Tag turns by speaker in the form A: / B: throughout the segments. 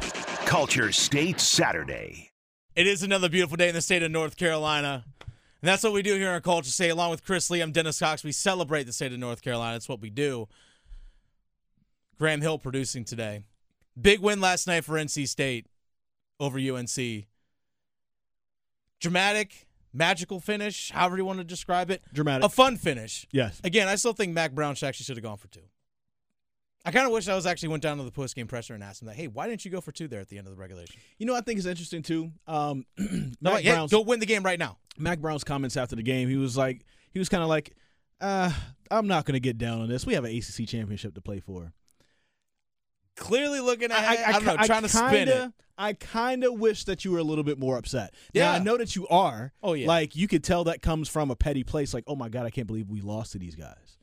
A: Culture State Saturday.
B: It is another beautiful day in the state of North Carolina. And that's what we do here on Culture State. Along with Chris Lee, I'm Dennis Cox. We celebrate the state of North Carolina. It's what we do. Graham Hill producing today. Big win last night for NC State over UNC. Dramatic, magical finish, however you want to describe it.
C: Dramatic.
B: A fun finish.
C: yes.
B: Again, I still think Mac Brown actually should have gone for two. I kind of wish I was actually went down to the post game presser and asked him that. Hey, why didn't you go for two there at the end of the regulation?
C: You know, I think it's interesting too. Um,
B: No,
C: Mac,
B: like, hey,
C: Brown's,
B: go win the game right now.
C: Mac Brown's comments after the game, he was like, he was kind of like, uh, I'm not going to get down on this. We have an ACC championship to play for.
B: Clearly looking at, I, don't know,
C: ki-
B: trying to spin
C: kinda-
B: it.
C: I kind of wish that you were a little bit more upset. Now,
B: Yeah.
C: I know that you are.
B: Oh, yeah.
C: Like you could tell that comes from a petty place. Like, oh my god, I can't believe we lost to these guys.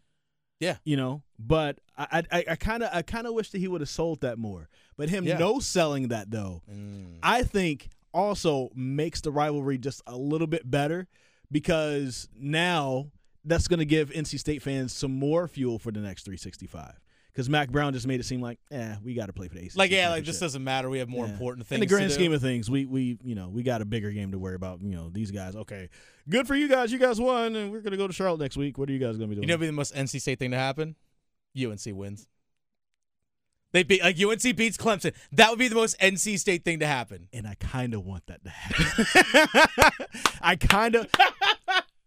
B: Yeah.
C: You know, but I I- I kind of I kind of wish that he would have sold that more. But him
B: Yeah.
C: no selling that though,
B: Mm.
C: I think also makes the rivalry just a little bit better because now that's going to give NC State fans some more fuel for the next 365. Because Mac Brown just made it seem like, eh, we got to play for the ACC.
B: Like, yeah, like this
C: championship.
B: doesn't matter. We have more
C: Yeah.
B: important
C: In
B: things.
C: the grand
B: to do.
C: scheme of things, we we you know we got a bigger game to worry about. You know these guys. Okay, good for you guys. You guys won, and we're gonna go to Charlotte next week. What are you guys gonna be
B: you
C: doing?
B: know, what'd be the most NC State thing to happen. UNC wins. They beat like UNC beats Clemson. That would be the most NC State thing to happen.
C: and I kind of want that to happen. I kind of.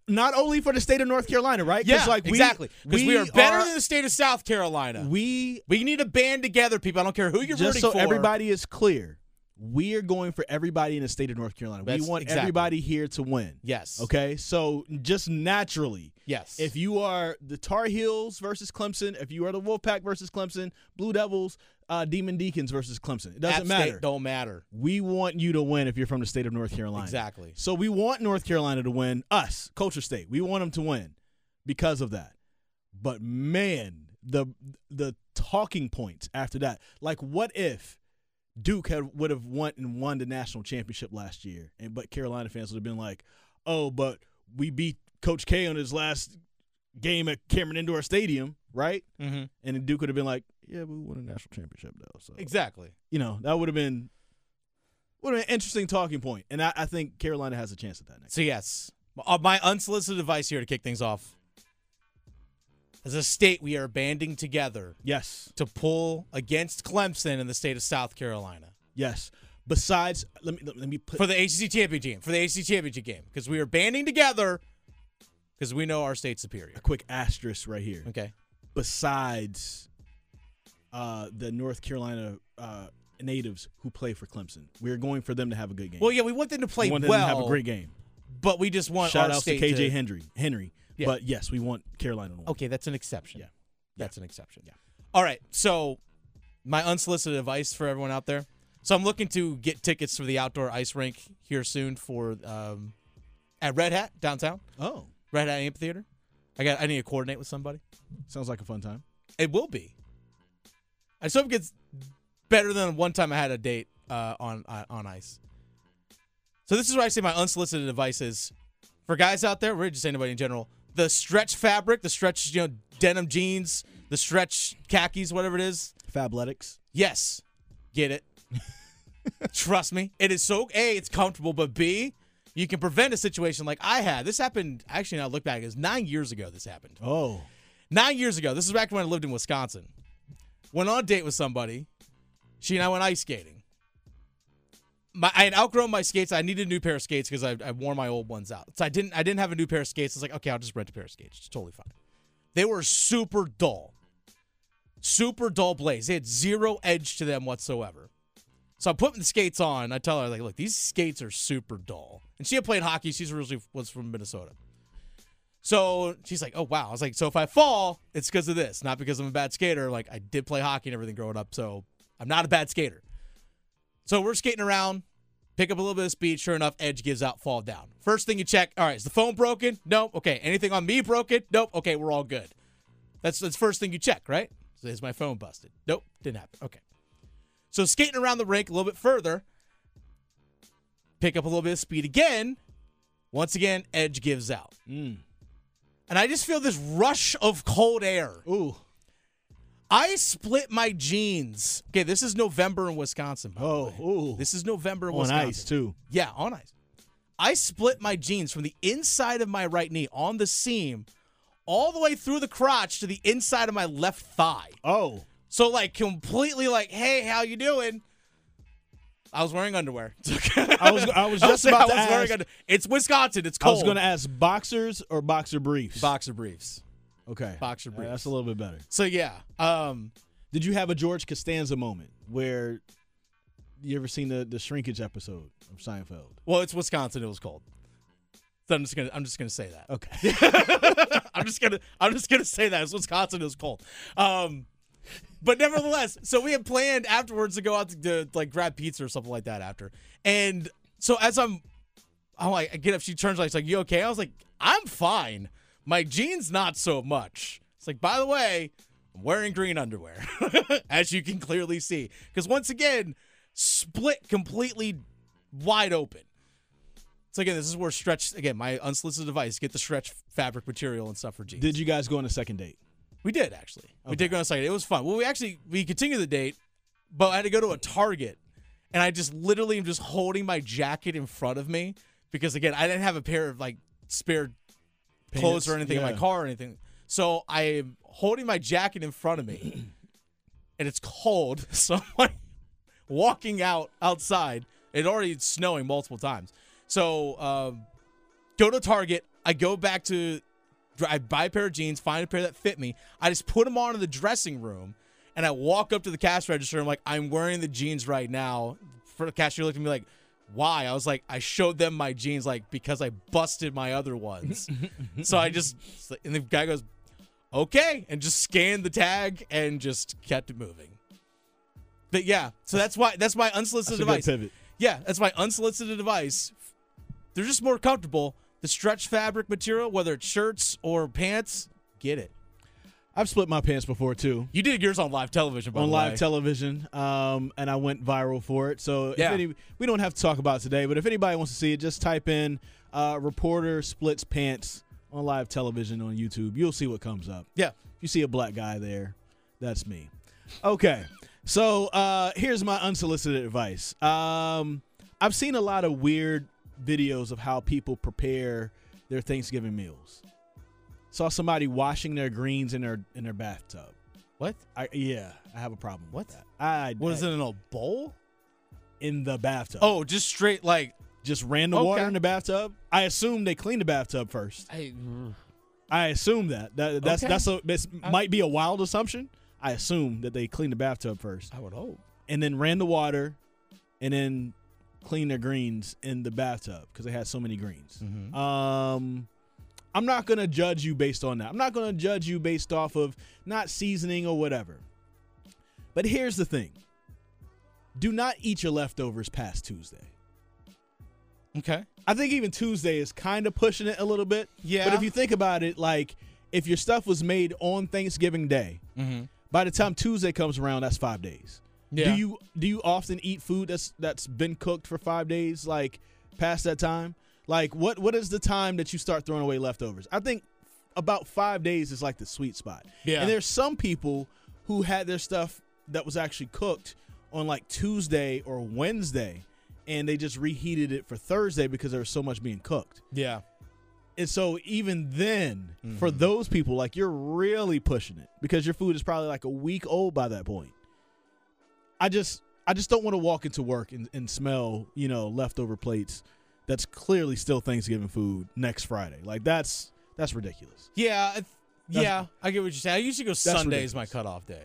C: Not only for the state of North Carolina, right? 'Cause,
B: Yeah,
C: like we,
B: exactly. Because we, are better than the state of South Carolina. We,
C: we.
B: need to band together, people. I don't care who you're
C: Just
B: rooting
C: so
B: for.
C: everybody is clear, we are going for everybody in the state of North Carolina.
B: That's
C: we want
B: exactly.
C: everybody here to win.
B: Yes.
C: Okay, so just naturally,
B: Yes.
C: If you are the Tar Heels versus Clemson, if you are the Wolfpack versus Clemson, Blue Devils, uh, Demon Deacons versus Clemson, it doesn't
B: App State
C: matter.
B: don't matter.
C: We want you to win if you're from the state of North Carolina.
B: Exactly.
C: So we want North Carolina to win. Us, Culture State, we want them to win because of that. But man, the the talking points after that, like what if Duke had would have won and won the national championship last year, and but Carolina fans would have been like, oh, but we beat Coach K on his last game at Cameron Indoor Stadium, right?
B: Mm-hmm.
C: And then Duke would have been like, yeah, we won a national championship though. So
B: Exactly.
C: you know, that would have been would have been an interesting talking point. And I, I think Carolina has a chance at that next.
B: So yes, Uh, my unsolicited advice here to kick things off. As a state, we are banding together
C: Yes.
B: to pull against Clemson in the state of South Carolina
C: Yes. Besides, let me let me put
B: for the ACC championship game, for the ACC championship game, because we are banding together because we know our state's superior.
C: a quick asterisk right here.
B: Okay.
C: Besides uh the North Carolina uh natives who play for Clemson. We're going for them to have a good game.
B: Well, yeah, we want them to play
C: we want them
B: well,
C: to have a great game.
B: but we just want
C: Shout
B: our
C: out to
B: state
C: KJ Henry. Henry.
B: Yeah.
C: But yes, we want Carolina to win.
B: Okay, that's an exception.
C: Yeah.
B: That's an exception. Yeah. All right. So, my unsolicited advice for everyone out there. So, I'm looking to get tickets for the outdoor ice rink here soon for um, at Red Hat downtown,
C: Oh.
B: Red Hat Amphitheater. I got. I need to coordinate with somebody.
C: Sounds like a fun time.
B: It will be. I just hope it gets better than one time I had a date uh, on uh, on ice. So this is where I say my unsolicited advice is for guys out there, we're just anybody in general. The stretch fabric, the stretch you know denim jeans, the stretch khakis, whatever it is.
C: Fabletics.
B: Yes, get it. Trust me, it is so a it's comfortable, but b you can prevent a situation like I had. This happened actually. Now I look back, it was nine years ago. This happened
C: Oh.
B: nine years ago. This is back when I lived in Wisconsin. Went on a date with somebody. She and I went ice skating. My, I had outgrown my skates. I needed a new pair of skates because I, I wore my old ones out. So I didn't. I didn't have a new pair of skates. I was like, okay, I'll just rent a pair of skates. It's totally fine. They were super dull, super dull blades. They had zero edge to them whatsoever. So I put the skates on. I tell her like, look, these skates are super dull. And she had played hockey. She's originally was from Minnesota. So she's like, "Oh wow!" I was like, "So if I fall, it's because of this, not because I'm a bad skater. Like I did play hockey and everything growing up, so I'm not a bad skater." So we're skating around, pick up a little bit of speed. Sure enough, edge gives out, fall down. First thing you check, all right, is the phone broken? Nope. Okay, anything on me broken? Nope. Okay, we're all good. That's that's first thing you check, right? So is my phone busted? Nope, didn't happen. Okay. So skating around the rink a little bit further, pick up a little bit of speed again. Once again, edge gives out. And I just feel this rush of cold air.
C: Ooh.
B: I split my jeans. Okay, this is November in Wisconsin. By
C: Oh,
B: the way.
C: ooh.
B: this is November in
C: on
B: Wisconsin.
C: ice too.
B: Yeah, on ice. I split my jeans from the inside of my right knee on the seam, all the way through the crotch to the inside of my left thigh.
C: Oh,
B: So like completely like, hey, how you doing? I was wearing underwear.
C: I was I was just
B: I
C: about
B: was
C: to
B: wearing
C: ask.
B: under- It's Wisconsin. It's
C: I
B: cold.
C: was going to ask boxers or boxer briefs.
B: boxer briefs.
C: okay,
B: boxer
C: All right,
B: briefs.
C: that's a little bit better.
B: So yeah, um,
C: Did you have a George Costanza moment where you ever seen the the shrinkage episode of Seinfeld?
B: well, it's Wisconsin. It was cold. So I'm just gonna I'm just gonna say that.
C: Okay,
B: I'm just gonna I'm just gonna say that. It's Wisconsin. It was cold. Um, but nevertheless, so we had planned afterwards to go out to, to like grab pizza or something like that after. And so as I'm, I'm like, I get up. She turns like, she's like, "You okay?" I was like, "I'm fine. My jeans not so much." It's like, by the way, I'm wearing green underwear, as you can clearly see, because once again, split completely wide open. So again, this is where stretch again my unsolicited advice: get the stretch fabric material and stuff for jeans.
C: did you guys go on a second date?
B: We did actually. We did go on a second. It was fun. Well, we actually we continued the date, but I had to go to a Target, and I just literally am just holding my jacket in front of me because again I didn't have a pair of like spare clothes
C: Pants,
B: or anything in
C: yeah.
B: my car or anything. So I am holding my jacket in front of me, and it's cold. So I'm like walking out outside. It already it's snowing multiple times. So um, go to Target. I go back to I buy a pair of jeans, find a pair that fit me. I just put them on in the dressing room, and I walk up to the cash register. I'm like, I'm wearing the jeans right now. For the cashier looked at me like, why? I was like, I showed them my jeans, like because I busted my other ones. so I just and the guy goes, okay, and just scanned the tag and just kept it moving. But yeah, so that's why that's my unsolicited
C: That's a good
B: advice.
C: pivot.
B: Yeah, that's my unsolicited advice. They're just more comfortable. The stretch fabric material, whether it's shirts or pants, get it.
C: I've split my pants before too.
B: You did yours on live television, by
C: on
B: the
C: live
B: way.
C: television, um, and I went viral for it. So
B: Yeah.
C: if any, we don't have to talk about it today, but if anybody wants to see it, just type in uh, "reporter splits pants" on live television on YouTube. You'll see what comes up.
B: yeah,
C: If you see a black guy there, that's me. Okay, so uh, here's my unsolicited advice. Um, I've seen a lot of weird videos of how people prepare their Thanksgiving meals. Saw somebody washing their greens in their in their bathtub.
B: what?
C: I yeah, I have a problem.
B: What?
C: with that. I
B: What is
C: I-
B: it in a bowl?
C: in the bathtub?
B: Oh, just straight like
C: just ran the water
B: okay.
C: in the bathtub. I assume they clean the bathtub first.
B: I,
C: I assume that, that that's
B: Okay.
C: that's a this might be a wild assumption. I assume that they clean the bathtub first
B: I would hope.
C: and then ran the water and then cleaned their greens in the bathtub because they had so many greens. Um, I'm not gonna judge you based on that. I'm not gonna judge you based off of not seasoning or whatever. But here's the thing: do not eat your leftovers past Tuesday.
B: Okay.
C: I think even Tuesday is kind of pushing it a little bit.
B: Yeah.
C: But if you think about it, like if your stuff was made on Thanksgiving Day, by the time Tuesday comes around, that's five days.
B: Yeah.
C: Do you do you often eat food that's that's been cooked for five days, like past that time? Like what what is the time that you start throwing away leftovers? I think about five days is like the sweet spot.
B: Yeah.
C: And there's some people who had their stuff that was actually cooked on like Tuesday or Wednesday, and they just reheated it for Thursday because there was so much being cooked.
B: Yeah.
C: And so even then, for
B: Mm-hmm.
C: those people, like you're really pushing it because your food is probably like a week old by that point. I just I just don't want to walk into work and, and smell, you know, leftover plates that's clearly still Thanksgiving food next Friday. Like that's that's ridiculous.
B: Yeah. I th- yeah. I get what you're saying. I usually go Sunday is my
C: ridiculous.
B: cutoff day.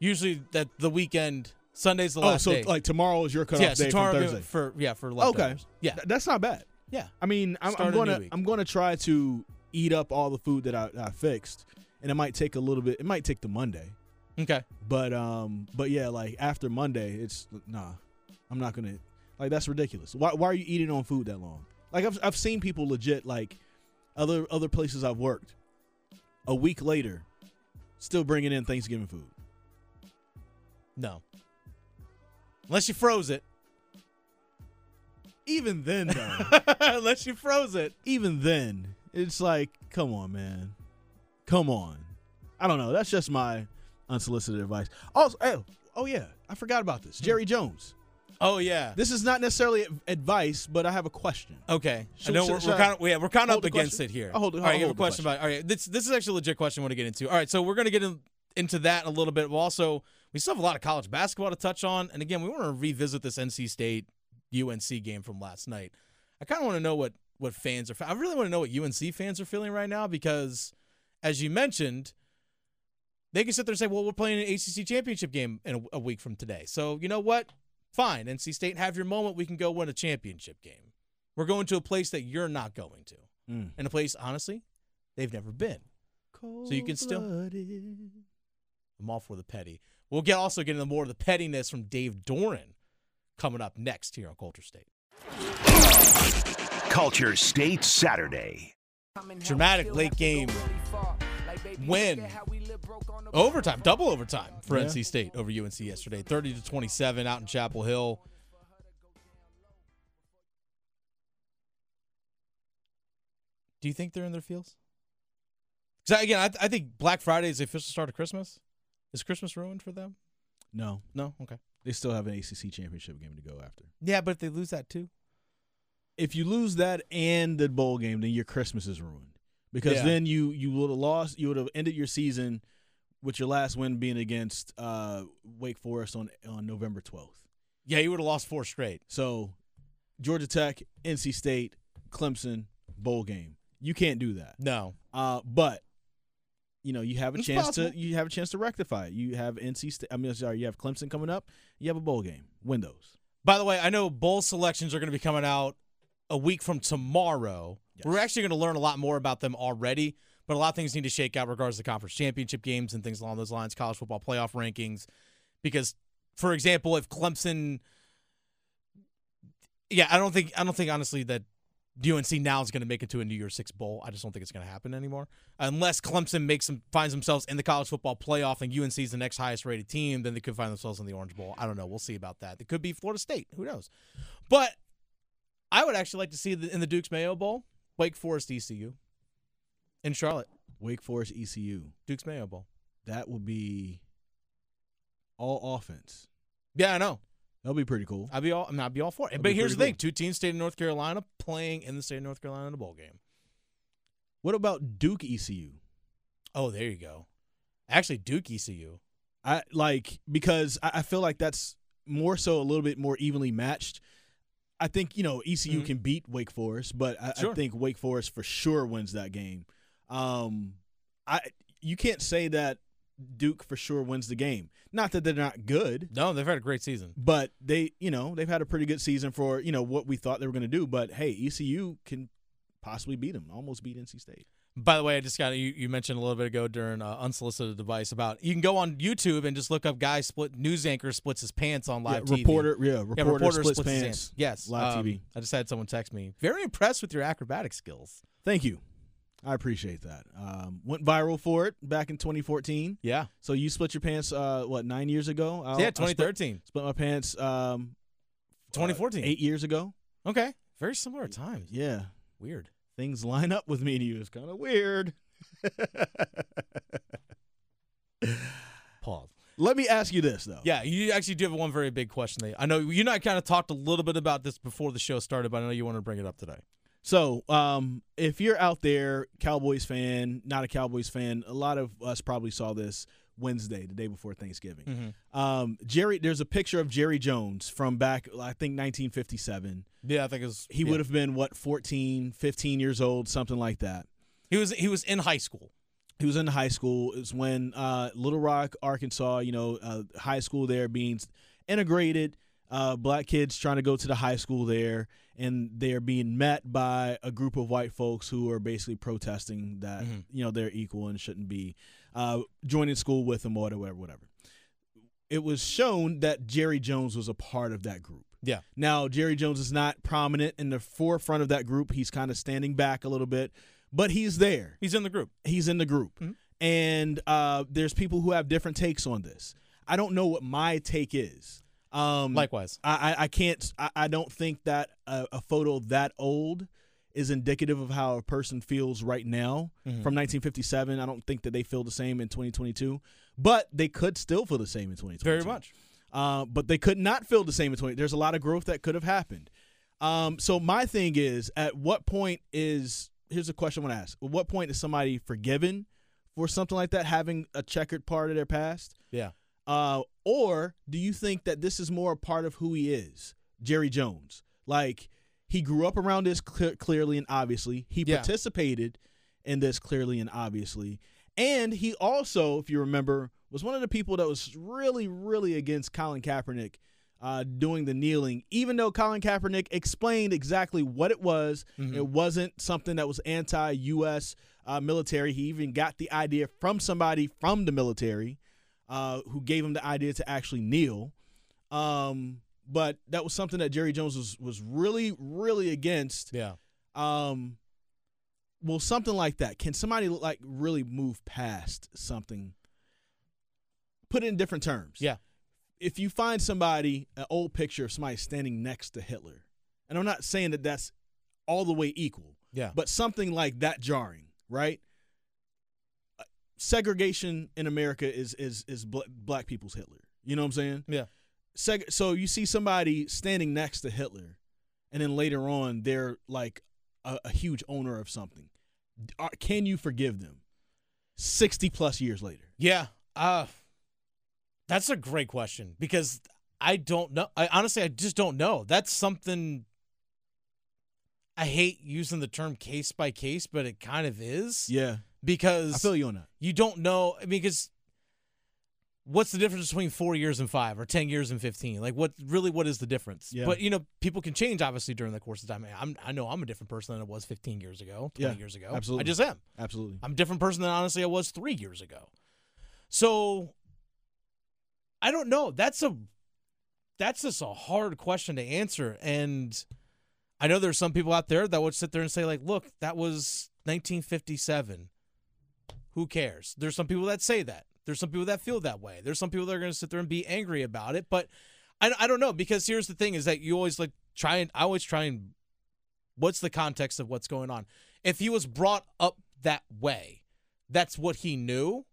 B: Usually that the weekend. Sunday's the
C: Oh,
B: last
C: so
B: day.
C: like tomorrow is your cutoff
B: yeah, so
C: day from
B: tomorrow
C: Thursday.
B: for yeah for
C: okay,
B: leftovers. Yeah.
C: Th- that's not bad.
B: Yeah.
C: I mean, I'm, I'm
B: Start a new
C: gonna
B: week.
C: I'm gonna try to eat up all the food that I, I fixed, and it might take a little bit. It might take the Monday.
B: Okay.
C: But um, but yeah, like after Monday, it's nah. I'm not gonna like that's ridiculous. Why why are you eating on food that long? Like I've I've seen people legit like other other places I've worked. A week later, still bringing in Thanksgiving food.
B: No. Unless you froze it.
C: Even then, though,
B: Unless you froze it.
C: even then, it's like, come on, man, come on. I don't know. That's just my unsolicited advice. Also, oh, oh yeah, I forgot about this. Jerry Jones.
B: Oh yeah.
C: This is not necessarily advice, but I have a question.
B: Okay. I
C: Should-
B: know
C: should-
B: we're,
C: should
B: we're
C: I
B: kind of yeah, we're kind of
C: hold
B: up
C: the
B: against it
C: question?
B: here.
C: I'll hold-
B: All
C: I'll
B: right, you have a
C: hold the
B: question about all right. This this is actually a legit question I want to get into. All right, so we're gonna get in, into that in a little bit. We'll also we still have a lot of college basketball to touch on, and again, we want to revisit this NC State UNC game from last night. I kind of want to know what what fans are. fe- I really want to know what UNC fans are feeling right now because, as you mentioned, they can sit there and say, "Well, we're playing an ACC championship game in a, a week from today." So you know what? Fine, NC State, have your moment. We can go win a championship game. We're going to a place that you're not going to,
C: Mm.
B: and a place honestly they've never been. you can still-
C: Cold-blooded.
B: I'm all for the petty. We'll get also get into more of the pettiness from Dave Doran coming up next here on Culture State.
A: Culture State Saturday.
B: Dramatic late game win, overtime, double overtime for
C: Yeah.
B: NC State over UNC yesterday, 30 to 27 out in Chapel Hill. Do you think they're in their fields? 'Cause I- again, I, I think Black Friday is the official start of Christmas. Is Christmas ruined for them?
C: No,
B: No. Okay.
C: they still have an ACC championship game to go after.
B: Yeah, but if they lose that too,
C: If you lose that and the bowl game, then your Christmas is ruined because
B: Yeah.
C: then you you would have lost. You would have ended your season with your last win being against uh, Wake Forest on on November twelfth.
B: yeah, you would have lost four straight.
C: So Georgia Tech, NC State, Clemson bowl game. You can't do that.
B: No.
C: Uh, but you know you have a
B: It's
C: chance to
B: possible.
C: you have a chance to rectify it. You have NC State. I mean, sorry, you have Clemson coming up. You have a bowl game. Windows.
B: By the way, I know bowl selections are going to be coming out a week from tomorrow.
C: Yes.
B: We're actually going to learn a lot more about them already, but a lot of things need to shake out regards to conference championship games and things along those lines, college football playoff rankings. Because, for example, if Clemson, yeah, I don't think I don't think honestly that UNC now is going to make it to a New Year's Six bowl. I just don't think it's going to happen anymore unless Clemson makes them finds themselves in the college football playoff and UNC is the next highest rated team, then they could find themselves in the Orange Bowl. I don't know. We'll see about that. It could be Florida State. Who knows? But I would actually like to see the, in the Duke's Mayo Bowl, Wake Forest ECU, in Charlotte,
C: Wake Forest, ECU.
B: Duke's Mayo Bowl.
C: That would be all offense.
B: Yeah, I know.
C: That'll be pretty cool.
B: I'd be all. I mean, I'd be all for it.
C: That'd
B: but
C: be
B: here's the
C: pretty
B: thing: two teams, state of North Carolina, playing in the state of North Carolina in a bowl game.
C: What about Duke, E ECU?
B: Oh, there you go. Actually, Duke E ECU.
C: I like because I, I feel like that's more so a little bit more evenly matched. I think you know ECU
B: Mhm.
C: can beat Wake Forest, but I,
B: Sure.
C: I think Wake Forest for sure wins that game. Um, I you can't say that Duke for sure wins the game. Not that they're not good,
B: No, they've had a great season.
C: but they you know they've had a pretty good season for you know what we thought they were going to do. But hey, ECU can possibly beat them, almost beat NC State.
B: By the way, I just got you, you mentioned a little bit ago during uh, unsolicited advice about you can go on YouTube and just look up guy split news anchor splits his pants on live
C: yeah,
B: TV.
C: reporter, yeah, reporter,
B: yeah, reporter
C: splits,
B: his
C: pants.
B: Yes,
C: live
B: um,
C: TV.
B: I just had someone text me. Very impressed with your acrobatic skills.
C: Thank you. I appreciate that. Um, went viral for it back in 2014.
B: Yeah,
C: So you split your pants, uh, what, nine years ago? Oh, I,
B: yeah.
C: I split-
B: 2013,
C: Split, my pants um,
B: 2014.
C: eight years ago.
B: Okay, very similar times.
C: Yeah.
B: Weird.
C: Things line up with me and you. It's kind of weird.
B: Pause.
C: Let me ask you this, though.
B: Oh. Yeah, you actually do have one very big question. That I know you and I kind of talked a little bit about this before the show started, but I know you want to bring it up today.
C: So, um, if you're out there, Cowboys fan, not a Cowboys fan, a lot of us probably saw this Wednesday, the day before
B: Mm.
C: Thanksgiving. Um, Jerry, there's a picture of Jerry Jones from back, I think, 1957.
B: Yeah, I think it was
C: He would have been what 14, 15 years old, something like that.
B: He was he was in high school.
C: He was in high school. It was when uh, Little Rock, Arkansas, you know, uh, high school there being integrated. Uh, black kids trying to go to the high school there, and they're being met by a group of white folks who are basically protesting that
B: Mhm.
C: you know they're equal and shouldn't be uh, joining school with them or whatever, whatever. It was shown that Jerry Jones was a part of that group.
B: Yeah.
C: Now, Jerry Jones is not prominent in the forefront of that group. He's kind of standing back a little bit, but he's there.
B: He's in the group.
C: He's in the group.
B: Mhm.
C: And uh, there's people who have different takes on this. I don't know what my take is. Um,
B: Likewise.
C: I, I- I can't, I, I don't think that a, a photo that old is indicative of how a person feels right now
B: Mhm.
C: from 1957. I don't think that they feel the same in 2022. But they could still feel the same in 2022.
B: Very much.
C: Uh, but they could not feel the same in 20. There's a lot of growth that could have happened. Um, so my thing is, at what point is here's a question I want to ask: At what point is somebody forgiven for something like that, having a checkered part of their past?
B: Yeah.
C: Uh, or do you think that this is more a part of who he is, Jerry Jones? Like he grew up around this clear, clearly and obviously. He
B: Yeah.
C: participated in this clearly and obviously, and he also, if you remember, was one of the people that was really, really against Colin Kaepernick uh, doing the kneeling, even though Colin Kaepernick explained exactly what it was.
B: Mm-hmm.
C: It wasn't something that was anti U.S. Uh, military. He even got the idea from somebody from the military uh, who gave him the idea to actually kneel. Um, but that was something that Jerry Jones was, was really, really against
B: Yeah.
C: um well something like that can somebody like really move past something put it in different terms
B: Yeah.
C: if you find somebody an old picture of somebody standing next to hitler and i'm not saying that that's all the way equal
B: Yeah.
C: but something like that jarring right Uh, segregation in america is is is bl- black people's hitler you know what i'm saying
B: Yeah.
C: seg- so you see somebody standing next to Hitler, and then later on they're like a, a huge owner of something. Are, can you forgive them? Sixty plus years later,
B: Yeah. Uh that's a great question because I don't know. I honestly I just don't know. That's something I hate using the term case by case, but it kind of is.
C: yeah,
B: Because
C: I feel you on that.
B: you don't know. I mean, because what's the difference between four years and five, or ten years and fifteen? Like, what really? What is the difference?
C: Yeah.
B: But you know, people can change obviously during the course of time. I'm, I know I'm a different person than I was 15 years ago, 20
C: Yeah,
B: years ago.
C: absolutely.
B: I just am.
C: Absolutely,
B: I'm a different person than honestly I was three years ago. So I don't know. That's a that's just a hard question to answer. And I know there's some people out there that would sit there and say, like, look, that was 1957. Who cares? There's some people that say that. There's some people that feel that way. There's some people that are going to sit there and be angry about it. But I, I don't know because here's the thing: is that you always like try and I always try and what's the context of what's going on? If he was brought up that way, that's what he knew.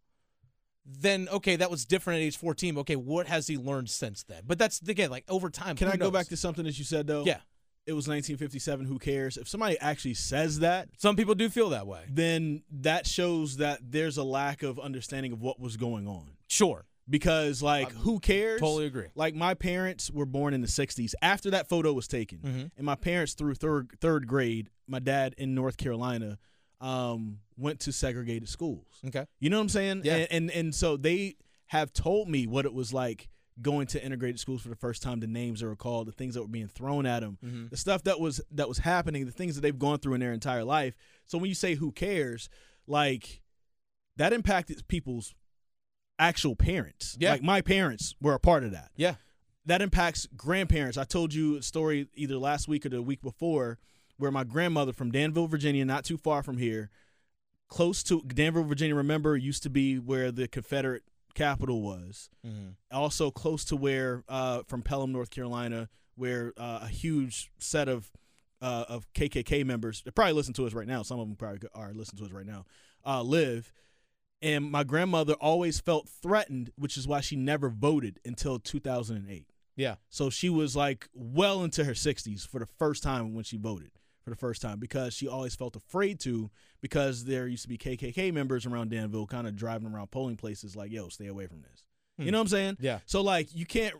B: Then okay, that was different at age fourteen. Okay, what has he learned since then? But that's again like over time.
C: Can
B: who
C: I go
B: knows?
C: back to something that you said though?
B: yeah?
C: it was 1957. Who cares? If somebody actually says that,
B: Some people do feel that way.
C: then that shows that there's a lack of understanding of what was going on.
B: Sure,
C: Because like, who cares?
B: totally agree.
C: Like my parents were born in the '60s. After that photo was taken,
B: Mm. Mm-hmm,
C: and my parents through third third grade, my dad in North Carolina um, went to segregated schools.
B: Okay,
C: You know what I'm saying?
B: Yeah.
C: And, and and so they have told me what it was like going to integrated schools for the first time. The names that were called, the things that were being thrown at them,
B: mm-hmm.
C: the stuff that was that was happening, the things that they've gone through in their entire life. So when you say "Who cares," like that impacted people's actual parents.
B: Yeah.
C: Like my parents were a part of that
B: yeah,
C: that impacts grandparents. I told you a story either last week or the week before where my grandmother from Danville, Virginia, not too far from here, close to Danville, Virginia, remember, used to be where the Confederate capital was.
B: mm-hmm.
C: Also close to where, uh, from Pelham, North Carolina, where uh, a huge set of uh, of KKK members, they probably listen to us right now. Some of them probably are listening to us right now. Uh, live, and my grandmother always felt threatened, which is why she never voted until 2008.
B: yeah.
C: So she was like well into her 60s for the first time when she voted for the first time because she always felt afraid to because there used to be KKK members around Danville kind of driving around polling places like, yo, stay away from this.
B: Hmm.
C: You know what I'm saying?
B: Yeah.
C: So like you can't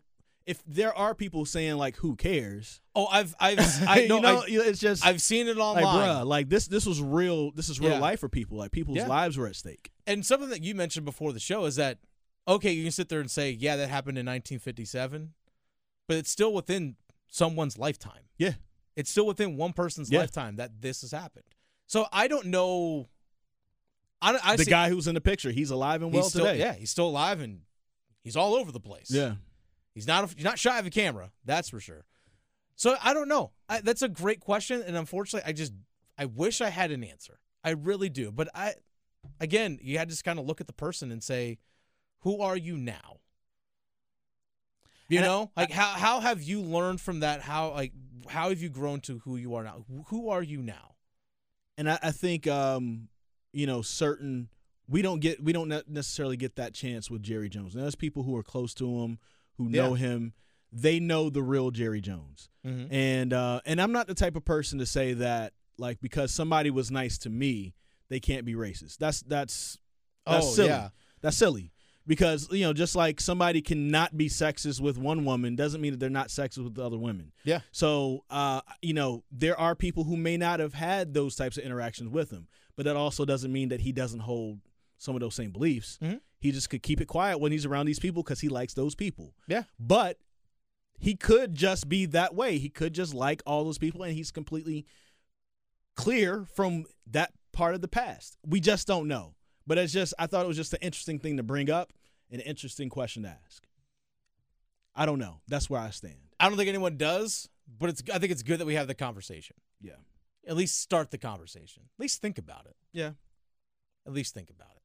C: if there are people saying like who cares?
B: Oh, I've I've I
C: you
B: know,
C: know
B: I,
C: it's just
B: I've seen it online.
C: like bruh, like this this was real this is real
B: Yeah.
C: life for people. Like people's
B: Yeah.
C: lives were at stake.
B: and something that you mentioned before the show is that okay, you can sit there and say, yeah, that happened in 1957, but it's still within someone's lifetime.
C: Yeah.
B: It's still within one person's
C: Yeah.
B: lifetime that this has happened. So I don't know. I, don't- I
C: the
B: see-
C: guy who's in the picture, he's alive and
B: he's
C: well
B: still,
C: today.
B: yeah, he's still alive and he's all over the place.
C: Yeah.
B: He's not he's not shy of a camera, that's for sure. So I don't know. I, that's a great question, and unfortunately, I just I wish I had an answer. I really do, but I again, you had to just kind of look at the person and say, who are you now? You
C: And I-
B: know, like how how have you learned from that? How like how have you grown to who you are now? Who are you now?
C: and I, I think um, you know certain we don't get we don't ne- necessarily get that chance with Jerry Jones. And there's people who are close to him, who know him, they know the real Jerry Jones.
B: Mhm.
C: And uh, and I'm not the type of person to say that like because somebody was nice to me, they can't be racist. That's that's that's
B: Oh,
C: silly.
B: yeah.
C: That's silly. Because you know, just like somebody cannot be sexist with one woman doesn't mean that they're not sexist with the other women.
B: Yeah.
C: So, uh, you know, there are people who may not have had those types of interactions with him, but that also doesn't mean that he doesn't hold some of those same beliefs.
B: Mhm.
C: He just could keep it quiet when he's around these people because he likes those people.
B: Yeah.
C: But he could just be that way. He could just like all those people, and he's completely clear from that part of the past. We just don't know. But it's just, I thought it was just an interesting thing to bring up, an interesting question to ask. I don't know. That's where I stand.
B: I don't think anyone does, but it's I think it's good that we have the conversation.
C: Yeah.
B: At least start the conversation. At least think about it.
C: Yeah.
B: At least think about it.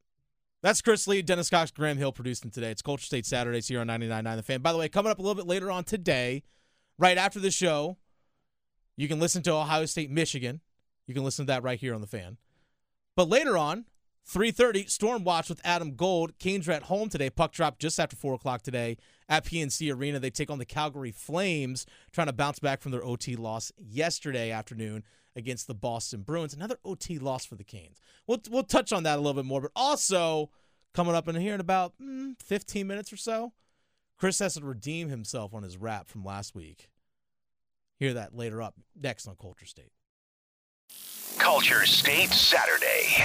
B: That's Chris Lee, Dennis Cox, Graham Hill producing today. It's Culture State Saturdays here on 99.9 The Fan. By the way, coming up a little bit later on today, right after the show, you can listen to Ohio State, Michigan. You can listen to that right here on The Fan. But later on, 3.30, Storm Watch with Adam Gold. Canes are at home today. Puck drop just after 4 o'clock today at PNC Arena. They take on the Calgary Flames, trying to bounce back from their OT loss yesterday afternoon against the Boston Bruins. Another OT loss for the Canes. We'll, we'll touch on that a little bit more. But also, coming up in here in about mm, 15 minutes or so, Chris has to redeem himself on his rap from last week. Hear that later up next on Culture State.
A: Culture State Saturday.